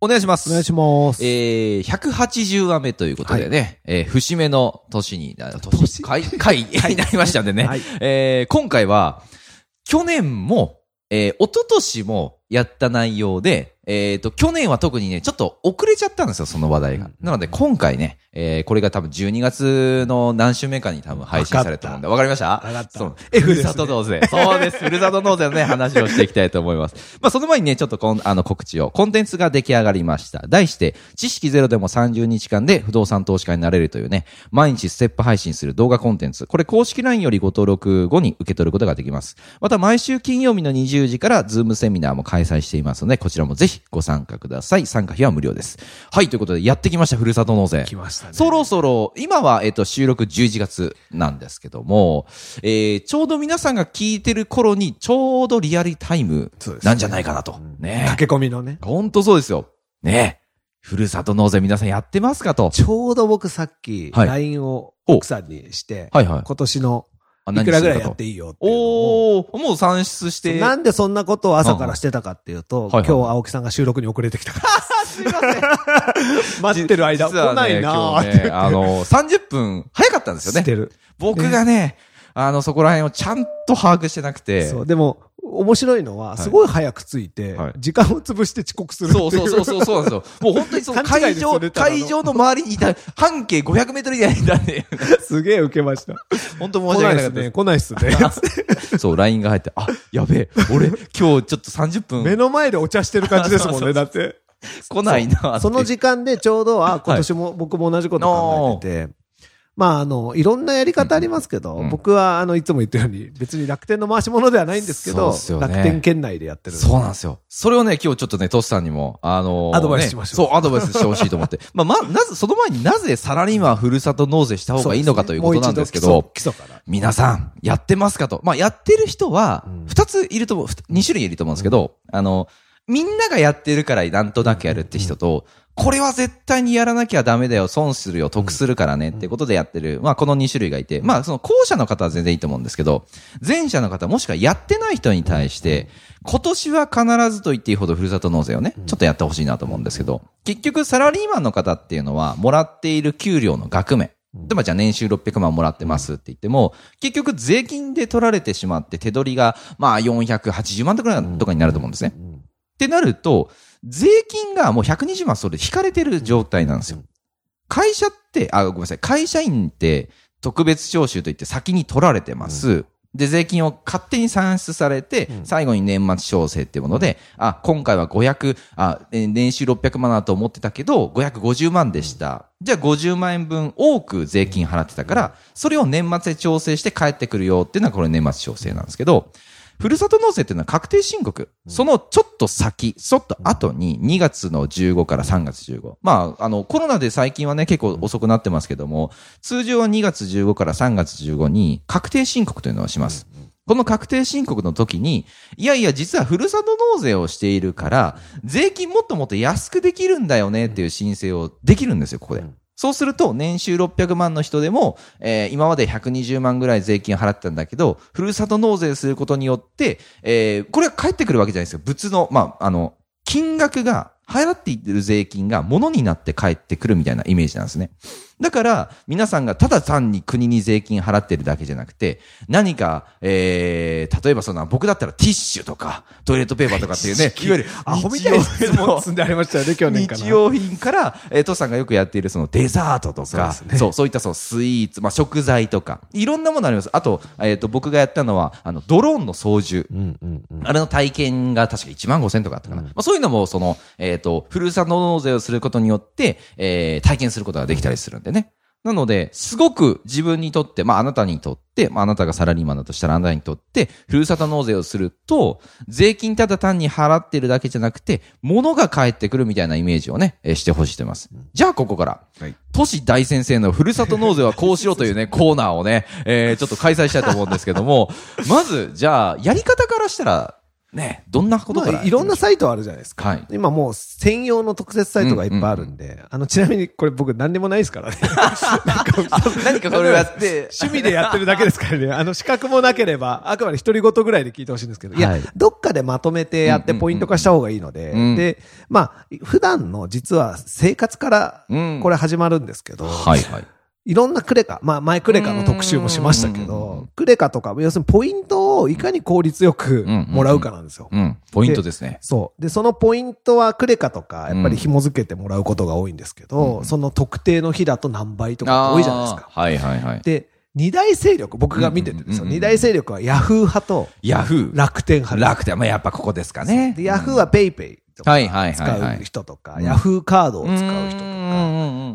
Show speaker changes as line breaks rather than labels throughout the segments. お願いします。
お願いします。
えー、180話目ということでね、えー節目の年にな、年回、回になりましたんでね、
はい
えー今回は、去年も、えー、一昨年もやった内容で、えっ、と、去年は特にね、ちょっと遅れちゃったんですよ、その話題が。なので、今回ね、えー、これが多分12月の何週目かに多分配信されると思うんで、わかりました
かった
そう。え、ふるさと納税。そうです。ふるさと納税のね、話をしていきたいと思います。まあ、その前にね、ちょっとこん、あの、告知を。コンテンツが出来上がりました。題して、知識ゼロでも30日間で不動産投資家になれるというね、毎日ステップ配信する動画コンテンツ。これ公式 LINE よりご登録後に受け取ることができます。また、毎週金曜日の20時から、ズームセミナーも開催していますので、こちらもぜひご参加ください。参加費は無料です。はい、ということで、やってきました、ふるさと納税。
来ましたね。
そろそろ、今は、えっと、収録11月なんですけども、えーちょうど皆さんが聞いてる頃に、ちょうどリアルタイム
そうですね
なんじゃないかなと。ね
駆け込みのね。
ほんとそうですよ。ねふるさと納税皆さんやってますかと。
ちょうど僕さっき、
はい
LINE を奥さんにして、
はいはい。
今年の
あ
いくらぐらいやっ
い
ていいよっていうのを。
おー、もう算出して。
なんでそんなことを朝からしてたかっていうと、
んはいはい
今日青木さんが収録に遅れて きたか
すいません。
ら、待ってる間、
実は
来
ね
ないなー
今
っ
日
て
ね、あの、30分早かったんですよ
し
ね。
てる。
僕がね、あの、そこら辺をちゃんと把握してなくて。
そう、でも、面白いのは、
い
すごい早く着いて
はい、
時間を潰して遅刻するってい。
そううそうそうそうそうなんですよ。もう本当にその
勘違い
会
です
場、
よねただの
会場の周りにいた、半径500メートル以内にいたんで、
すげえ受けま した。
本当申
来
し
な
訳なか
いです
ったで
ね、
す。
来ないっす ね。
そう、LINE が入って、あ、やべえ、俺、今日ちょっと30
目
分
の前でお茶してる感 じですもんね、だって。
来ないなって。
その時間でちょうど、あ、今年も、僕も同じこと考えてて、まあ、あの、いろんなやり方ありますけど、
うん
僕は、あの、いつも言ったように、別に楽天の回し物ではないんですけ
そう
ど、
っすよね
楽天圏内でやってる。
そうなんですよ。それをね、今日ちょっとね、トシさんにも、あのー
アドバイスしましょう
ねそう、アドバイスしてほしいと思って。まあ、まあ、なぜ、その前になぜサラリーマンはふるさと納税した方がいいのかということなんですけ
もう一
ど
度、基礎基礎から。
皆さん、やってますかと。まあ、やってる人は
うん、
二ついると思う、二種類いると思うんですけど、あの、みんながやってるからなんとなくやるって人と、これは絶対にやらなきゃダメだよ、損するよ、得するからね、ってことでやってる。まあ、この二種類がいて、まあ、その後者の方は全然いいと思うんですけど、前者の方、もしくはやってない人に対して、今年は必ずと言っていいほどふるさと納税をね、ちょっとやってほしいなと思うんですけど、結局サラリーマンの方っていうのは、もらっている給料の額面、例えばじゃあ年収600万もらってますって言っても、結局税金で取られてしまって手取りがまあ480万とかとかになると思うんですね。ってなると、税金がもう120万それで引かれてる状態なんですよ。会社って、あ、ごめんなさい。会社員って特別徴収といって先に取られてます。で、税金を勝手に算出されて、最後に年末調整っていうもので、あ、今回は500、あ、えー年収600万だと思ってたけど、550万でした。じゃあ50万円分多く税金払ってたから、それを年末で調整して帰ってくるよっていうのはこれ年末調整なんですけど、ふるさと納税っていうのは確定申告。そのちょっと先、ちょっと後に2月の15から3月15。まあ、あの、コロナで最近はね、結構遅くなってますけども、通常は2月15から3月15に確定申告というのをします。この確定申告の時に、いやいや、実はふるさと納税をしているから、税金もっともっと安くできるんだよねっていう申請をできるんですよ、ここで。そうすると、年収600万の人でも、えー今まで120万ぐらい税金払ってたんだけど、ふるさと納税することによって、えーこれは返ってくるわけじゃないですよ。物の、まあ、あの、金額が、払っている税金が物になって返ってくるみたいなイメージなんですね。だから、皆さんがただ単に国に税金払ってるだけじゃなくて、何か、えー、例えばそんな、僕だったらティッシュとか、トイレットペーパーとか っていうね、いわゆる、
アホみたいな質問積んでありましたよね、去年から。
日用品から、えー、父さんがよくやっているそのデザートと
そう
か、
で
そ
す
う,、
ね
そういったそのスイーツ、まあ、食材とか、いろんなものあります。あと、えっ、と、僕がやったのは、あの、ドローンの操縦。
うんうんうん。
あれの体験が確か1万5千とかあったかな。まあ、そういうのも、その、えっ、と、ふるさと納税をすることによって、えー体験することができたりするんでね。なので、すごく自分にとって、まああなたにとって、まああなたがサラリーマンだとしたらあなたにとって、ふるさと納税をすると、税金ただ単に払ってるだけじゃなくて、物が返ってくるみたいなイメージをね、えーしてほしいと思います。じゃあここから、
はい
都市大先生のふるさと納税はこうしようと いうね、コーナーをね、えーちょっと開催したいと思うんですけども、まず、じゃあ、やり方からしたら、ね、どんなことから、
まあいろんな、サイトあるじゃないですか。
はい
今もう専用の特設サイトがいっぱいあるんで、あの、ちなみにこれ僕何でもないで すからね。
何かこれをや って、
趣味でや ってるだけですからね。あの、資格もなければ、あくまで独り言ぐらいで聞いてほしいんですけど、いや、
はい
どっかでまとめてやっ
う
て
んうんうん
ポイント化した方がいいので、
うん
で、まあ、普段の実は生活から
うん、
これ始まるんですけど、
はいはい。
いろんなクレカ、まあ前クレカの特集もしましたけ
うんうんう
ど、クレカとか、要するにポイントをいかに効率よくもらうかなんですよ。
うん、ポイントですね。
そう。で、そのポイントはクレカとか、やっぱり紐付けてもらうことが多いんですけど、その特定の日だと何倍とか多いじゃないですか。
あーはいはいはい。
で、二大勢力、僕が見てて
うん
です
うんうんう
よ。
ん
二大勢力はヤフー派と
ヤフー。
楽天派です。
楽天。まあ、やっぱここですかね。
で、ヤフーはペイペイとか
はいはいはいは
使
いう
人とか、
うん
ヤフーカードを
を
使う人と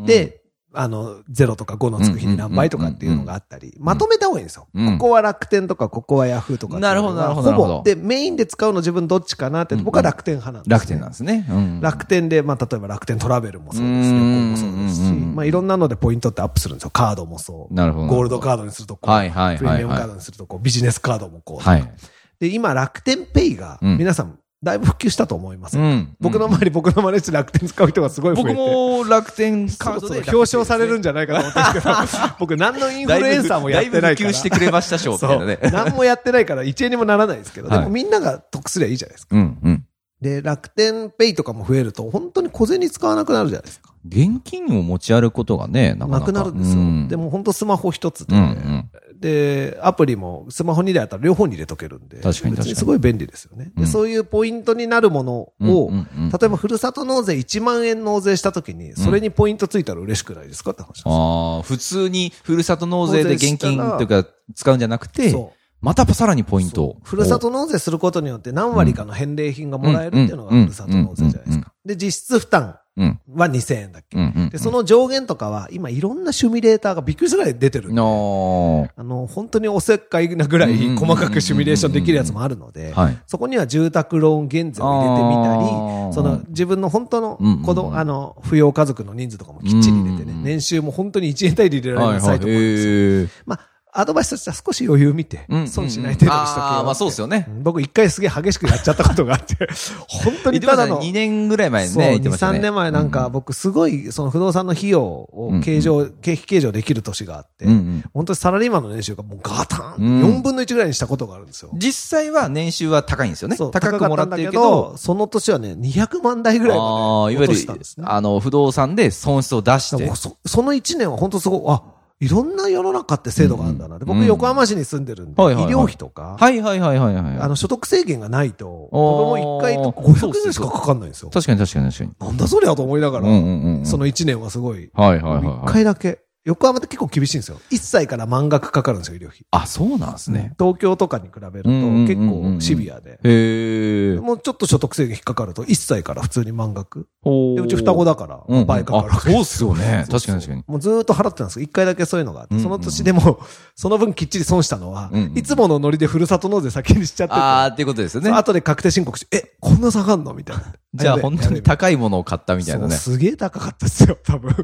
か、、で、あの、0とか5のつく日に何倍とかっていうのがあったり、まとめた方がいいんですよ。
うん
ここは楽天とか、ここはヤフーとかっていうの
な
が。
るほどなるほどなるほど
ぼ、で、メインで使うの自分どっちかなって、
うんうん
僕は楽天派なんですね。
楽天なんですね。うん
楽天で、まあ、例えば楽天トラベルもそうです
う
ね。
ん
これもそうですし、
うんうんうん
まあ、いろんなのでポイントってアップするんですよ。カードもそう。
なるほど。
ゴールドカードにするとこう、
はいはいはいはい
プレミアムカードにするとこう、ビジネスカードもこう。
はい。
で、今、楽天ペイが、
うん
皆さん、だいぶ普及したと思いますよ。
うん
僕の周り、僕の周りで楽天使う人がすごい増えて。
僕も楽天カード
そうそう
で。
表彰されるんじゃないかと思ったんですけど、 僕何のインフルエンサーもやってない
だいぶ普
から。
及してくれました賞みたいなね。
そう何もやってないから、一円にもならないですけど、
はい
でもみんなが得すりゃいいじゃないですか。
うんうん。
で、楽天ペイとかも増えると、本当に小銭使わなくなるじゃないですか。
現金を持ち歩くことがね、なかな
な
か。
くなるんです
う
よ。で、も本当スマホ一つで
うんう、ん。
で、アプリもスマホ2台あったら両方に入れとけるんで、
確かに確かに
別すごい便利ですよね。
うん
で、そういうポイントになるものを
うんうんうん、
例えばふるさと納税1万円納税したときに、それにポイントついたら嬉しくないですかって話なんですよ
ああ、普通にふるさと納税で現金というか使うんじゃなくて
そう、
またさらにポイントを。
ふるさと納税することによって何割かの返礼品がもらえるっていうのが
うん
ふるさと納税じゃないですか。で、実質負担
うん。
は2000円だっ
うんうんう
け。
ん
で、その上限とかは今いろんなシミュレーターがびっくりするぐらい出てるんで。
の
あの、本当におせっかいなぐらい
うんうんうん
細かくシミュレーションできるやつもあるので
はい、
そこには住宅ローン減税を入れてみた
あー
り、その自分の本当の
うん
子
うんう
供、
ん
あの、扶養家族の人数とかもきっちり入れてね
うんう、ん
年収も本当に1円単位で入れられな
はい
サイトもあるんですよ。
いはい。
まあ、アドバイスとしては少し余裕見て
うんうんう、ん
損しない程度にしとけよって。
あーまあそうですよね
ん。僕一回すげえ激しくやっちゃったことがあって、 本当にただの、
2年ぐらい前に
そう、
ね、
2、
言ってましたね。
3年前なんか僕すごい、その不動産の費用を計上、経費計上できる年があって
うんうん、
本当にサラリーマンの年収がもうガタン、
うん
4分の1ぐらいにしたことがあるんですよ。
実際は年収は高いんですよね。
そう
高くもらってるけ
高かったんだ
ど、
その年はね、200万台ぐらい
あ
ま
あ、
で
い
落
わ
と
ゆ
したん
る
です、ね。
あの、不動産で損失を出し
だから
て
僕。そその1年は本当すごい、あ、いろんな世の中って制度があるんだなって。
う
僕
ん
横浜市に住んでるんで、医
はいはいはい
療費とか、
はいはいはいはいはい。
あの、所得制限がないと、
お
子
ー
供1回と500円しかかかんないんですよ。
確かに確かに確かに。
なんだそりゃと思いなが
うん
ら、
うんうんうん。
その1年はすごい、
はいはいはい
1
はい。
回だけ。横浜って結構厳しいんですよ。1歳から満額かかるんですよ、医療費。
あ、そうなんですね。
東京とかに比べると
うんうんうんうん
結構シビアで。
へえ。
もうちょっと所得制限引っかかると、1歳から普通に満額。
ほ
でうち双子だか
うんう
ら、
ん
倍かかるわ
あ
け
そうっすよね
そう
確かに確かに
もうずーっと払ってたんですけど、1回だけそういうのがあっ
うん
て、
うん
その年でも、その分きっちり損したのは
うんう、ん
いつものノリでふるさと納税先にしちゃってて。
ああ、っていうことですよね
そう。後で確定申告して、え、こんな下がんのみたいな。
じゃあ
やべ
本当に高いものを買ったみたいなね
そ。うすげえ高かったっすよ、多分。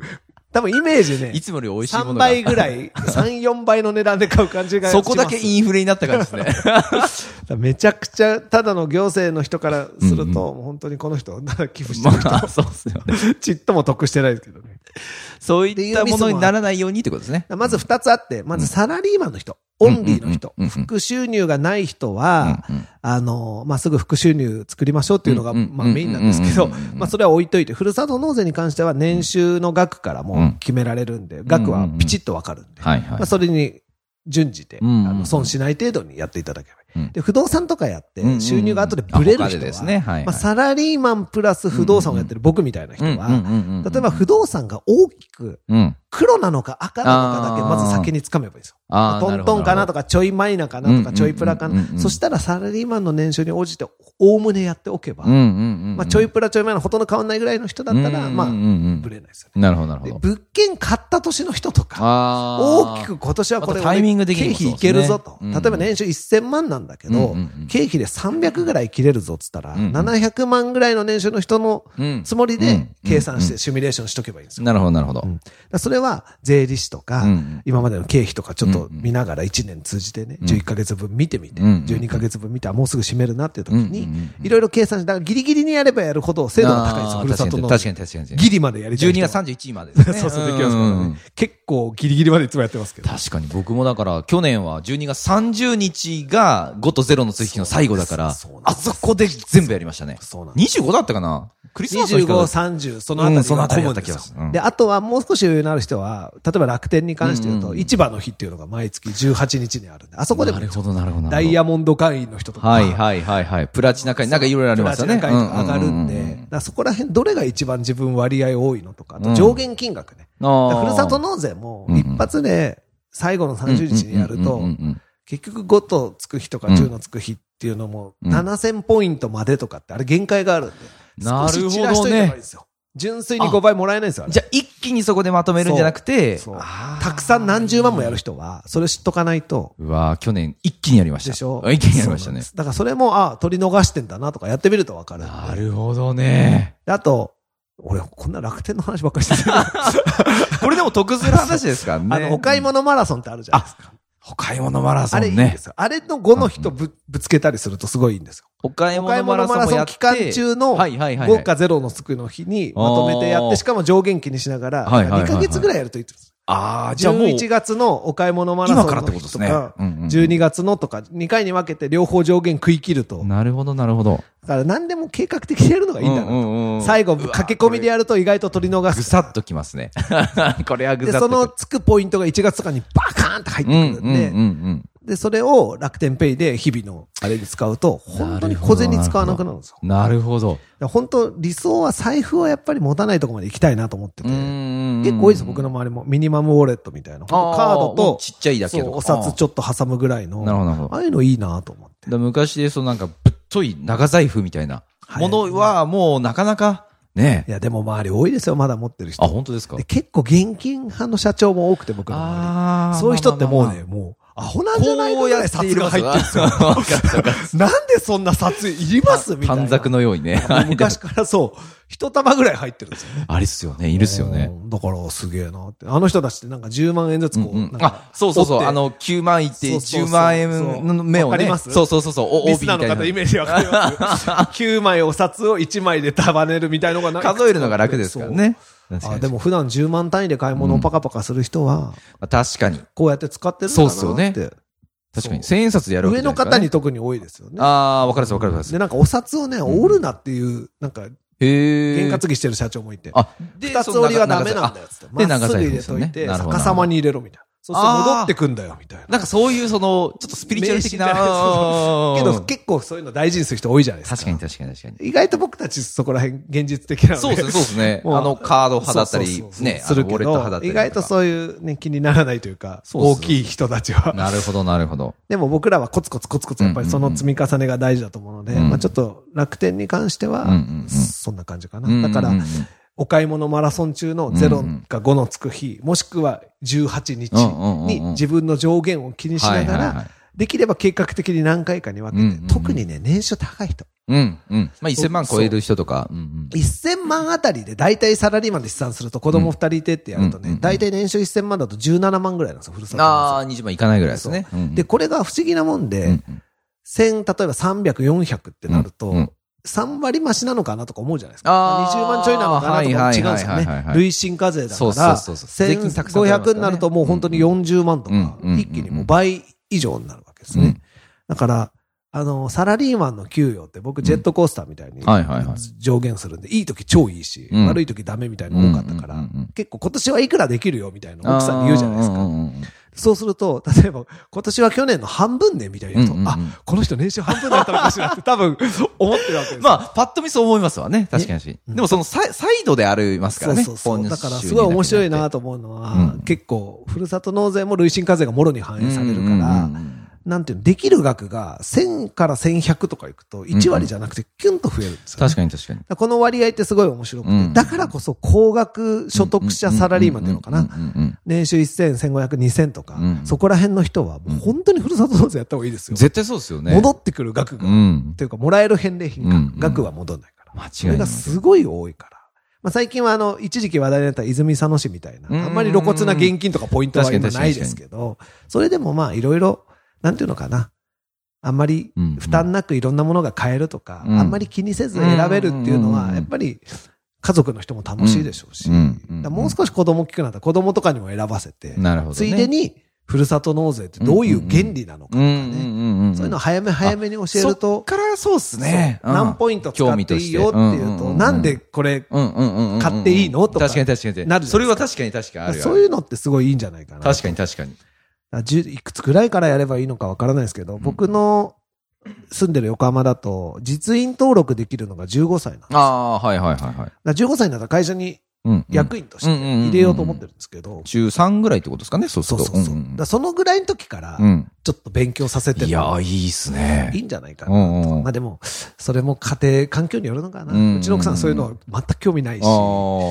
多分イメージね。
いつもより美味しいも
3
のが。
倍ぐら い、3、4倍の値段で買う感じがしま
そ
す。
こだけインフレになった感じですね。
めちゃくちゃ、ただの行政の人からすると、もう本当にこの人、ただ寄付し て
ま
る人、
あ、そうっすよね。
ちっとも得してないですけどね。
そういったものにならないようにってことですね。
まず2つあって、まずサラリーマンの人、
う
オ
ん
ンリーの人
うんうんうんう、ん
副収入がない人は、
うんうん
あの、まあ、すぐ副収入作りましょうっていうのが、
うんうん
まあ、メインなんですけど
うんうんうんう、ん
まあ、それは置いといて、ふるさと納税に関しては年収の額からもう決められるんで、額はピチッとわかるんで、
はいはい
まあ、。それに準じて、あ
うんうん
の損しない程度にやっていただけれ
う
ばいい。
ん
で、不動産とかやっ
うんうんう
て、
ん
収入が後でブレる
あ他
人
で
は、
ですねはいはい
まあ、サラリーマンプラス不動産をやってる僕みたいな人
うんうんうんうん
は、
うん
例えば不動産が大きく
うん。
黒なのか赤なのかだけ
あー
まず先につかめばいいんですよ。
あー
トントンかなとか、ちょいマイナかな
うんうんうんう
とか、
ん
ちょいプラかな。そしたらサラリーマンの年収に応じて、おおむねやっておけば、
うんうんうんうん。
まあ、ちょいプラちょいマイナほとんど変わんないぐらいの人だったら、まあ、
うんうんうんうん
ぶれないですよね。
なるほど、なるほ
で
ど。
物件買った年の人とか、
あー
大きく今年はこれ、
あとタイミング的に
経
もそう
費
ですね
いけるぞと。
うん
例えば年収1000万なんだけど、
うんうんうん
経費で300ぐらい切れるぞっつったら、
うんうん
700万ぐらいの年収の人の
うん
つもり
う
で
ん
計算してシミュレーションしとけばいいんですよ。
なるほど、なるほど
う。んだからそれは税理士とか、
うんうん
今までの経費とかちょっ
う
と
んうん
見ながら1年通じてね、
ん
11ヶ月分見てみて、
うんうん
12ヶ月分見て、あもうすぐ閉めるなっていう時
う
に
んうんう、ん
いろいろ計算して、だからギリギリにやればやるほど精度が高いんですよ、
あー
ふるさとの。
確かに確かに確かに。
ギリまでやりたい
12
人は。
月31位までです ね。
そうそう、できますか
う
ら
んうんう
ね
ん。
結構ギリギリまでいつもやってますけど。
確かに僕もだから、去年は12月30日が5と0の月日の最後だから、
そうなんで
あ
すそうなんです
そこで全部やりましたね。
そうなんで
25だったかなクリスマスの
25、
日から
30、そのあたり
うんその
が
あたり
混む
だ
ん
った
です
気がす
よ
るうん
で、あとはもう少し余裕のある人は、例えば楽天に関して言う
うん
と、
うん
市場の日っていうのが毎月18日にあるんで、あそこでも
なるほど、なるほど。
ダイヤモンド会員の人とか、
はいはいはいはい。プラチナ会、なんかいろいろあり
プ
ま
ラ
すよ
チ
ね。
ナ会員とか上がるんで、
ううう
だからそこら辺どれが一番自分割合多いのとか、あ
う
と
ん
上限金額ね。だか
あ
らふ
ー
るさと納税も
うんうん
一発で最後の30日にやると
うんうんうんうんうん
結局5とつく日とか10のつく日っていうのも
うん
7000ポイントまでとかってあれ限界があるんで。
なるほどね
少し散らしといた方がいいですよ。純粋に5倍もらえないんですよ。あれ
じゃあ一気にそこでまとめるんじゃなくて、
そう
あー
たくさん何十万もやる人はそれ知っとかないと。
うわー去年一気にやりました。
でしょ
一気にやりました
そうなんで
ね。
すだからそれも、ああ、取り逃してんだなとかやってみるとわかるんで。
なるほどね。
であと、俺、こんな楽天の話ばっかりしてる。
これでも得する話ですからね。
あの、お買い物マラソンってあるじゃないですか。
お買い物マラソ
あ
ン
れいいん
ね
で。すよ。あれの5の人ぶぶつけたりするとすごいいいんですよ。
お買い
お買い
物マラソ
物マ
ン
ラ
も
ソ
や
ン
って
期間中の
はいはいはい、はい。
5か0のつくの日にまとめてやっ
あー
て、しかも上限気にしながら、
はいはいはい
2
はい
ヶ月ぐらいやるといいってます。
ああ、じゃあもう。
11月のお買い物マラソン
今からって
の
ことです
日と
ね
か、
うんうんうん
12月のとか、2回に分けて両方上限食い切ると、
なるほど、なるほど。
だから何でも計画的にやるのがいいんだ
うんうんう
なと。
ん
最後、駆け込みでやると意外と取り逃
ぐ
す。
さっときますね。 これはぐ
で、
さっ
そ
とくる。
のつくポイントが1月とかにバカーンって入ってくるん
うんうんう
で、
ん
で、それを楽天ペイで日々のあれに使うと、本当に小銭使わなくなるんですよ。
うん。なるほど。
だから本当、理想は財布はやっぱり持たないとこまで行きたいなと思ってて。結
結
構多いです、僕の周りも。ミニマムウォレットみたい
あ
な。
ー
カード
も
と
う、ちっちゃいだけ
そ
ど
うお札ちょっと挟むぐらいの。
なるほどなるほど
ああいうのいいなと思って。
だ昔で、そのなんか、ぶっとい長財布みたいな
はい
ものは、もうなかなか、ね
いや、でも周り多いですよ、まだ持ってる人。
あ、本当ですか
で結構現金派の社長も多くて、僕の周
あ
り。
ー
そういう人って
まあ
もうね、
まあまあ
もう、アホなんじゃないかぐらい札が入ってるんですよ。
わかったわかっ
なんでそんな札いりますみ
た
たいな。
短冊のように ね。
もう昔からそう、一玉ぐらい入ってるんですよ。
あれっすよね。いるっすよね。
うん。だからすげえなって。あの人たちってなんか10万円ずつこう、
うん
なんか
あ、そうそうそ
折
う。
って
あ、の、9万いって
そうそうそう
10万円の目をね。
わかります
そうそうそうそう。お
リ
帯
ス
み
ナ
た
ーの
い
方
な
イ。メージわかります。9 枚お札を1枚で束ねるみたいのがなんか
数えるのが楽ですからね。確
そう。
か
あ、
に
で。も普段10万単位で買い物をパカパカする人は、
まあ確かに。
こうやって使ってるんだなって。
そうっすよね確かに。1000円札でやるわけ
上
じゃな
の
いですか
方
らね
に特に多いですよね。
ああ、わかるっすわかるっす。
で、なんかお札をね、折るなっていう、なんか、
へえ。
験担ぎしてる社長もいて。
あ、で
二つ折りはダメなんだよ、つって。
で
まっ
長
す
財
ぐ
布
入
で
れ
すよ
と
ね
いて、
なるほど
逆さまに入れろ、みたいな。そうすると戻ってくんだよ、みたいな。
なんかそういうその、ちょっとスピリチュアル的な。
迷信じゃない
あー
けど、結構そういうの大事にする人多いじゃないですか。
確かに確かに確かに。
意外と僕たちそこら辺現実的なので。
そうですね、そうですね。あ
もう
の、カード派だったり
そうそう、そう
ね、あ
す
の
る
ウ
け
ォレット派だ
ど
っ、たり。
意外と
う。
そういうね、気にならないというか、
そう
大
そう
きい人たちは。
なるほど、なるほど。
でも僕らはコツコツコツコツ、やっぱりその積み重ねが大事だと思うので、
うん
まあちょっと楽天に関しては
うんうんう、ん
そんな感じか
うんうん
な。
う
だ
ん
から、お買い物マラソン中の0か5のつく日、もしくは18日
うんうんうん
に
うん
自分の上限を気にしなが
はいはいは
ら
い、
できれば計画的に何回かに分け
うんうんう
て
ん、
特にね、年収高い人。
うん、うん。まあ、1000万
そう
超える人とか。うんうん
1000万あたりで大体サラリーマンで試算すると子供2人いてってやると
うんうん
ね
う、ん
大体年収1000万だと17万ぐらいなんですよ、ふるさと
あ
納
あ、20万いかないぐらいです
税
ね。
そう
うんうん
で、これが不思議なもん
うんう
で、
ん
1000、例えば300、400ってなる
うんうん
と、3割増しなのかなとか思うじゃないですか。
あー
20万ちょいなのかなとか違うんですよ
はいはいはいは
ね
いは。い
累進課税だか
そうそ
ら、
うそうそう税金たくさん取られますからね
1500になるともう本当に40万とか
うんう、ん
一気にもう倍以上になるわけですね。だから、あの、サラリーマンの給与って僕ジェットコースターみたいに
んはいはいはい
上限するんで、いい時超いいし、
うん
悪い時ダメみたいなの多かっ
う
たか
んう
ら
んうんうん、
結構今年はいくらできるよみたいなの奥さんに言うじゃないです
うん
か。
うんうん
そうすると、例えば、今年は去年の半分ね、みたいなと、
うんうんうん
あ、この人年収半分だったのかしらって多分、思ってるわけです。あ、
まあ、パッと見そう思いますわね。確かに。でもそのサイサイドでありますか
そ
ら
う
ね。
そうそう。
本州に
だ
だけ
から、すごい面白いな
て
と思うのは、
うん
結構、ふるさと納税も累進課税がもろに反映されるから、
うんうんうん
なんていうの、できる額が1000から1100とかいくと、1割じゃなくて、キュンと増えるんですよ、ね
確かに確かに。
だからこの割合ってすごい面白くて、
うん
だからこそ高額所得者サラリーマンっていうのか
うん
な。
うんうん
年収1000、1500、2000とか、
うん
そこら辺の人は、もう本当にふるさと納税やった方がいいですよ。
絶対そうですよね。
戻ってくる額が、
う
っ
ん。
ていうか、もらえる返礼品が、
うん
額は戻んないから。
間違
そ
い
れ
な
が
い。
すごい多いから。まあ、最近は、あの、一時期話題になった泉佐野市みたいな、
うん
あんまり露骨な現金とかポイントは
確か
今
に
ないですけど、それでもまあ、いろいろ、なんていうのかな。あんまり
うんうん
負担なくいろんなものが買えるとか、
うん
あんまり気にせず選べるっていうの
うんうんうんう
は、
ん
やっぱり家族の人も楽しいでしょうし、
うんうんうん
だからもう少し子供大きくなったら子供とかにも選ばせて、
なるほどね。
ついでにふるさと納税ってどういう原理なのかと
う
か
ん
ね、
うんうんうん、
そういうのを早め早めに教える
そっ
と、
からそうっすね。
そう何ポイント使っていいよっていうと、なんでこれ、
で
買っていいのとか
確かに確かに。
なる
それは確かに確かにあるよ。
そういうのってすごいいいんじゃないかな。
確かに確かに。
だからじゅいくつくらいからやればいいのかわからないですけど、僕の住んでる横浜だと、実員登録できるのが15歳なんです。だか
ああー、はいはいはいはい。
ら15歳になったら会社に
うんうん
役員として
うんうんうんうん
入れようと思ってるんですけど、
中3ぐらいってことですかね、そうす
そ
る
う
と
そうそう。
ん
だ
ん
からそのぐらいの時から、
うん
ちょっと勉強させて
いやー、いいっすね。
いいんじゃないか
う
な。
んうん
まあでも、それも家庭、環境によるのかな。
うんうんうん
うちの奥さんそういうの全く興味ないし、
あ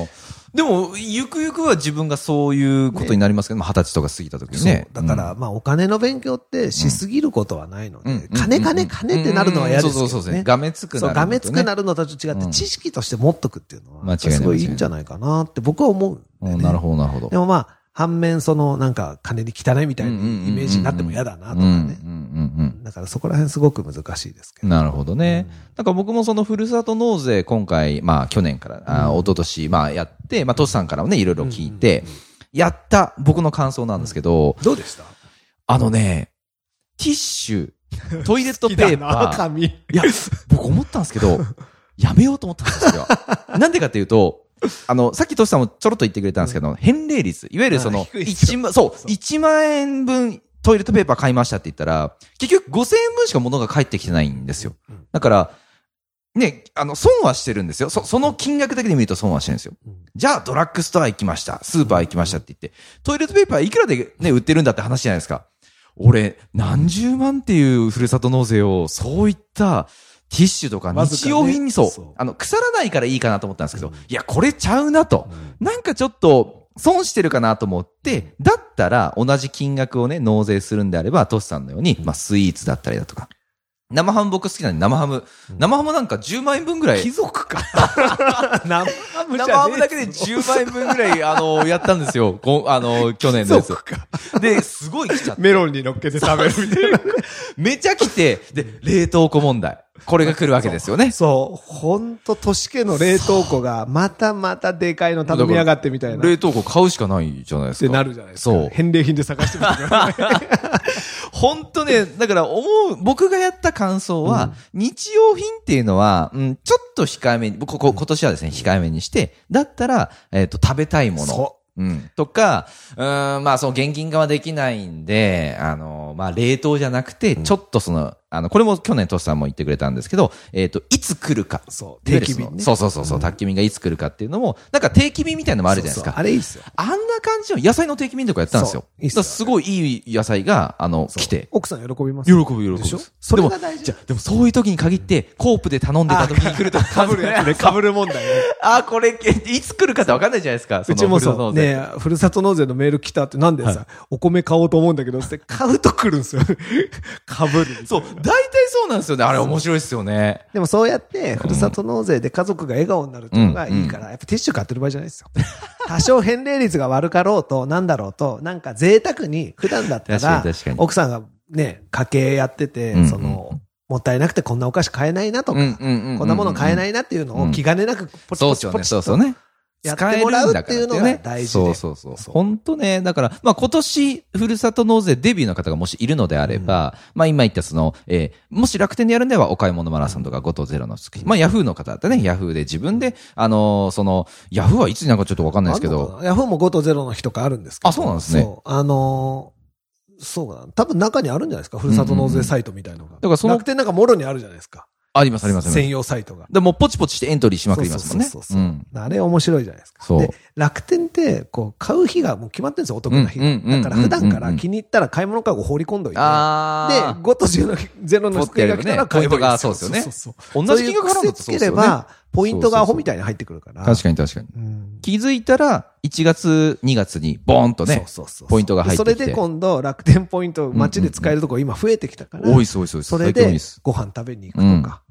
ーでも、ゆくゆくは自分がそういうことになりますけど、まあ二十歳とか過ぎた時にね。
そうだから、まあお金の勉強ってしすぎることはないので、
うんうん
金金金ってなるのは嫌ですけど、ね
うんそうそうそうそうがめつくなる
そう、がめつくな
る
るのとちょっと違って、
うん
知識として持っとくっていうの
間違
は、
いない
すごいいいんじゃないかなって僕は思うん
とね。
だよ
うん
ね
なるほど、なるほど。
でもまあ、反面そのなんか金に汚いみたいなイメージになっても嫌だなとかね。
うんうんうん
だからそこら辺すごく難しいですけ
う
ど。
んなるほどね。なんか僕もそのふるさと納税、今回、まあ去年から、あー一昨年まあやって、まあトシさんからもね、いろいろ聞いて、やった僕の感想なんですけど、
どうでした
あのね、ティッ シュ、トイレットペーパー、
紙。
いや、僕思ったんですけ ど、やめようと思ったんですよそれは。なんでかっていうと、あの、さっきトシさんもちょろっと言ってくれたんですけど、返礼率、いわゆるそ
あ
の、
低いです
1
よ
万、そう、
そう
1万円分トイレットペーパー買いましたって言ったら、結局5000円分しか物が返ってきてないんですよ
うん。
だから、ね、あの、損はしてるんですよ。そ、その金額だけで見ると損はしてるんですよ。じゃあ、ドラッグストア行きました。スーパー行きましたって言って、トイレットペーパーいくらでね、売ってるんだって話じゃないですか。俺、何十万っていうふるさと納税を、そういったティッシュとか
わずか
日
ね
用品にそう、
そう
あの、腐らないからいいかなと思ったんですけど、
うん
いや、これちゃうなと。なんかちょっと、損してるかなと思って、だったら同じ金額をね、納税するんであれば、トシさんのように、まあ、スイーツだったりだとか。生ハム僕好きなんで生ハム。生ハムなんか10万円分ぐらい。
貴族か。生ハムじゃねえぞ
生ハムだけで10万円分ぐらい、あの、やったんですよ。ごあの、去年のやつ
貴。族か。
で、すごい来ちゃって。
メロンに乗っけて食べるみたいな。
めちゃ来て、で、冷凍庫問題。これが来るわけですよね。
そう、ほんと、都市家の冷凍庫が、またまたでかいの頼みやがってみたいな。っ
冷凍庫買うしかないじゃないですか。
てなるじゃないですか。
そう。
返礼品で探してみてください。
本当ね、だから思う、僕がやった感想は、日用品っていうのは、うん、ちょっと控えめに、僕、ここ、今年はですね、控えめにして、だったら、えっ、と、食べたいもの。
そ
うん。とか、うーん、まあ、その現金化はできないんで、あの、まあ、冷凍じゃなくて、ちょっとその、あの、これも去年トシさんも言ってくれたんですけど、えっ、と、いつ来るか。
そう定期便ね
いわゆるそのそうそうそうそう、宅急便がいつ来るかっていうのも、なんか定期便みたいなのも あるじゃないです
そう
か
そう。あれいいっすよ。
あんな感じの野菜の定期便とかやってたんですよ
そ。ういいっす
だ
よ
からすごいいい野菜が、あの、来て。
奥さん喜びます
喜
よ。
ぶ喜ぶ。
でしょそれが大
でも
事
じゃあでもそういう時に限って、コープで頼んでた時に来るとかぶるね。
ね、被る問題ね。
あ、これ、いつ来るかってわかんないじゃないですか。
うちもそ
の
う。
フルーツ
ねえふるさと納税のメール来たって、なんでさ、お米買おうと思うんだけど、って買うと来るん ですよ。被る。
そう、大体そうなんですよね。あれ面白いですよね。
でもそうやって、ふるさと納税で家族が笑顔になるっていうのがいいか
うん
ら、やっぱティッシュ買ってる場合じゃな いですよ。多少返礼率が悪かろうと、なんだろうと、なんか贅沢に、普段だった
確からに確かに、
奥さんがね、家計やって
うんうん。
て、その、もったいなくてこんなお菓子買えないなとか、こんなもの買えないいなっていうの
うん
を気兼ねなくポチ
そう
ポ
っす
チ
よ
ポ
ね。
チ
そう
と
そうね。
やってもらうっていうのが大事
そう
で。
そうそう。
そう
本当ね、だから、まあ今年、ふるさと納税デビューの方がもしいるのであれば、まあ今言ったその、えーもし楽天でやるんではお買い物マラソンとか5と0の月、まあヤフーの方だってね、ヤフーで自分で、あのーその、ヤフーはいつになんかちょっとわかんないですけ
あんの
ど、
かな。ヤフーも5と0の日とかあるんですけど。
あそうなんですね
そうあのそうなん。多分中にあるんじゃないですか。ふるさと納税サイトみたいなのが。だ
からその
楽天なんかもろにあるじゃないですか。
ありますありますあります。
専用サイトが。
でもうポチポチしてエントリーしまくりますもんね。
そうそうそうそう
うん
あれ面白いじゃないですか。
そう
で、楽天って、こう、買う日がもう決まってるんですよ、お得な日が。
うんうんうんうん
だから普段から気に入ったら買い物カゴ放り込んどいて。で、
あ
5と10の0の机が来たら買えばい
ポイ
いん
ントがそうですよね
そう
あ。同
そう
じ
い
金
う
額払うんだと
癖つ
そう
け
です
れ
よね。
ば、ポイントがアホみたいに入ってくるから。
確かに確かに。
に。うん。
気づいたら、1月、2月に、ボーンとね、
そうそうそう
ポイントが入ってきて
それで今度、楽天ポイント、街で使えるとこ今増えてきたから。
多いです、多いです、多いです。
それ
最強に多い
で
です、
ご飯食べに行くとか。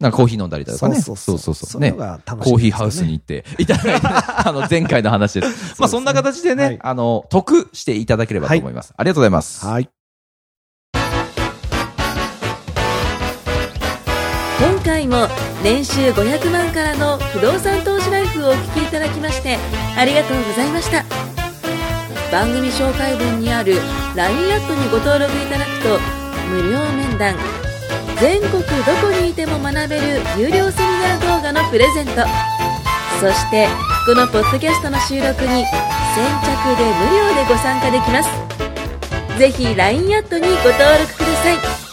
なんかコーヒー飲んだりだとかね。
そうそうそう
そう
そ
ね。
れ
コ
のが楽しいですよね
ーヒーハウスに行っていただいて、あの、前回の話 です。まあ、そんな形でね、
はい
あの、得していただければと思います。ありがとうございます。
はい。
今回も年収500万からの不動産投資ライフをお聞きいただきましてありがとうございました番組紹介文にある LINE アットにご登録いただくと無料面談全国どこにいても学べる有料セミナー動画のプレゼントそしてこのポッドキャストの収録に先着で無料でご参加できますぜひ LINE アットにご登録ください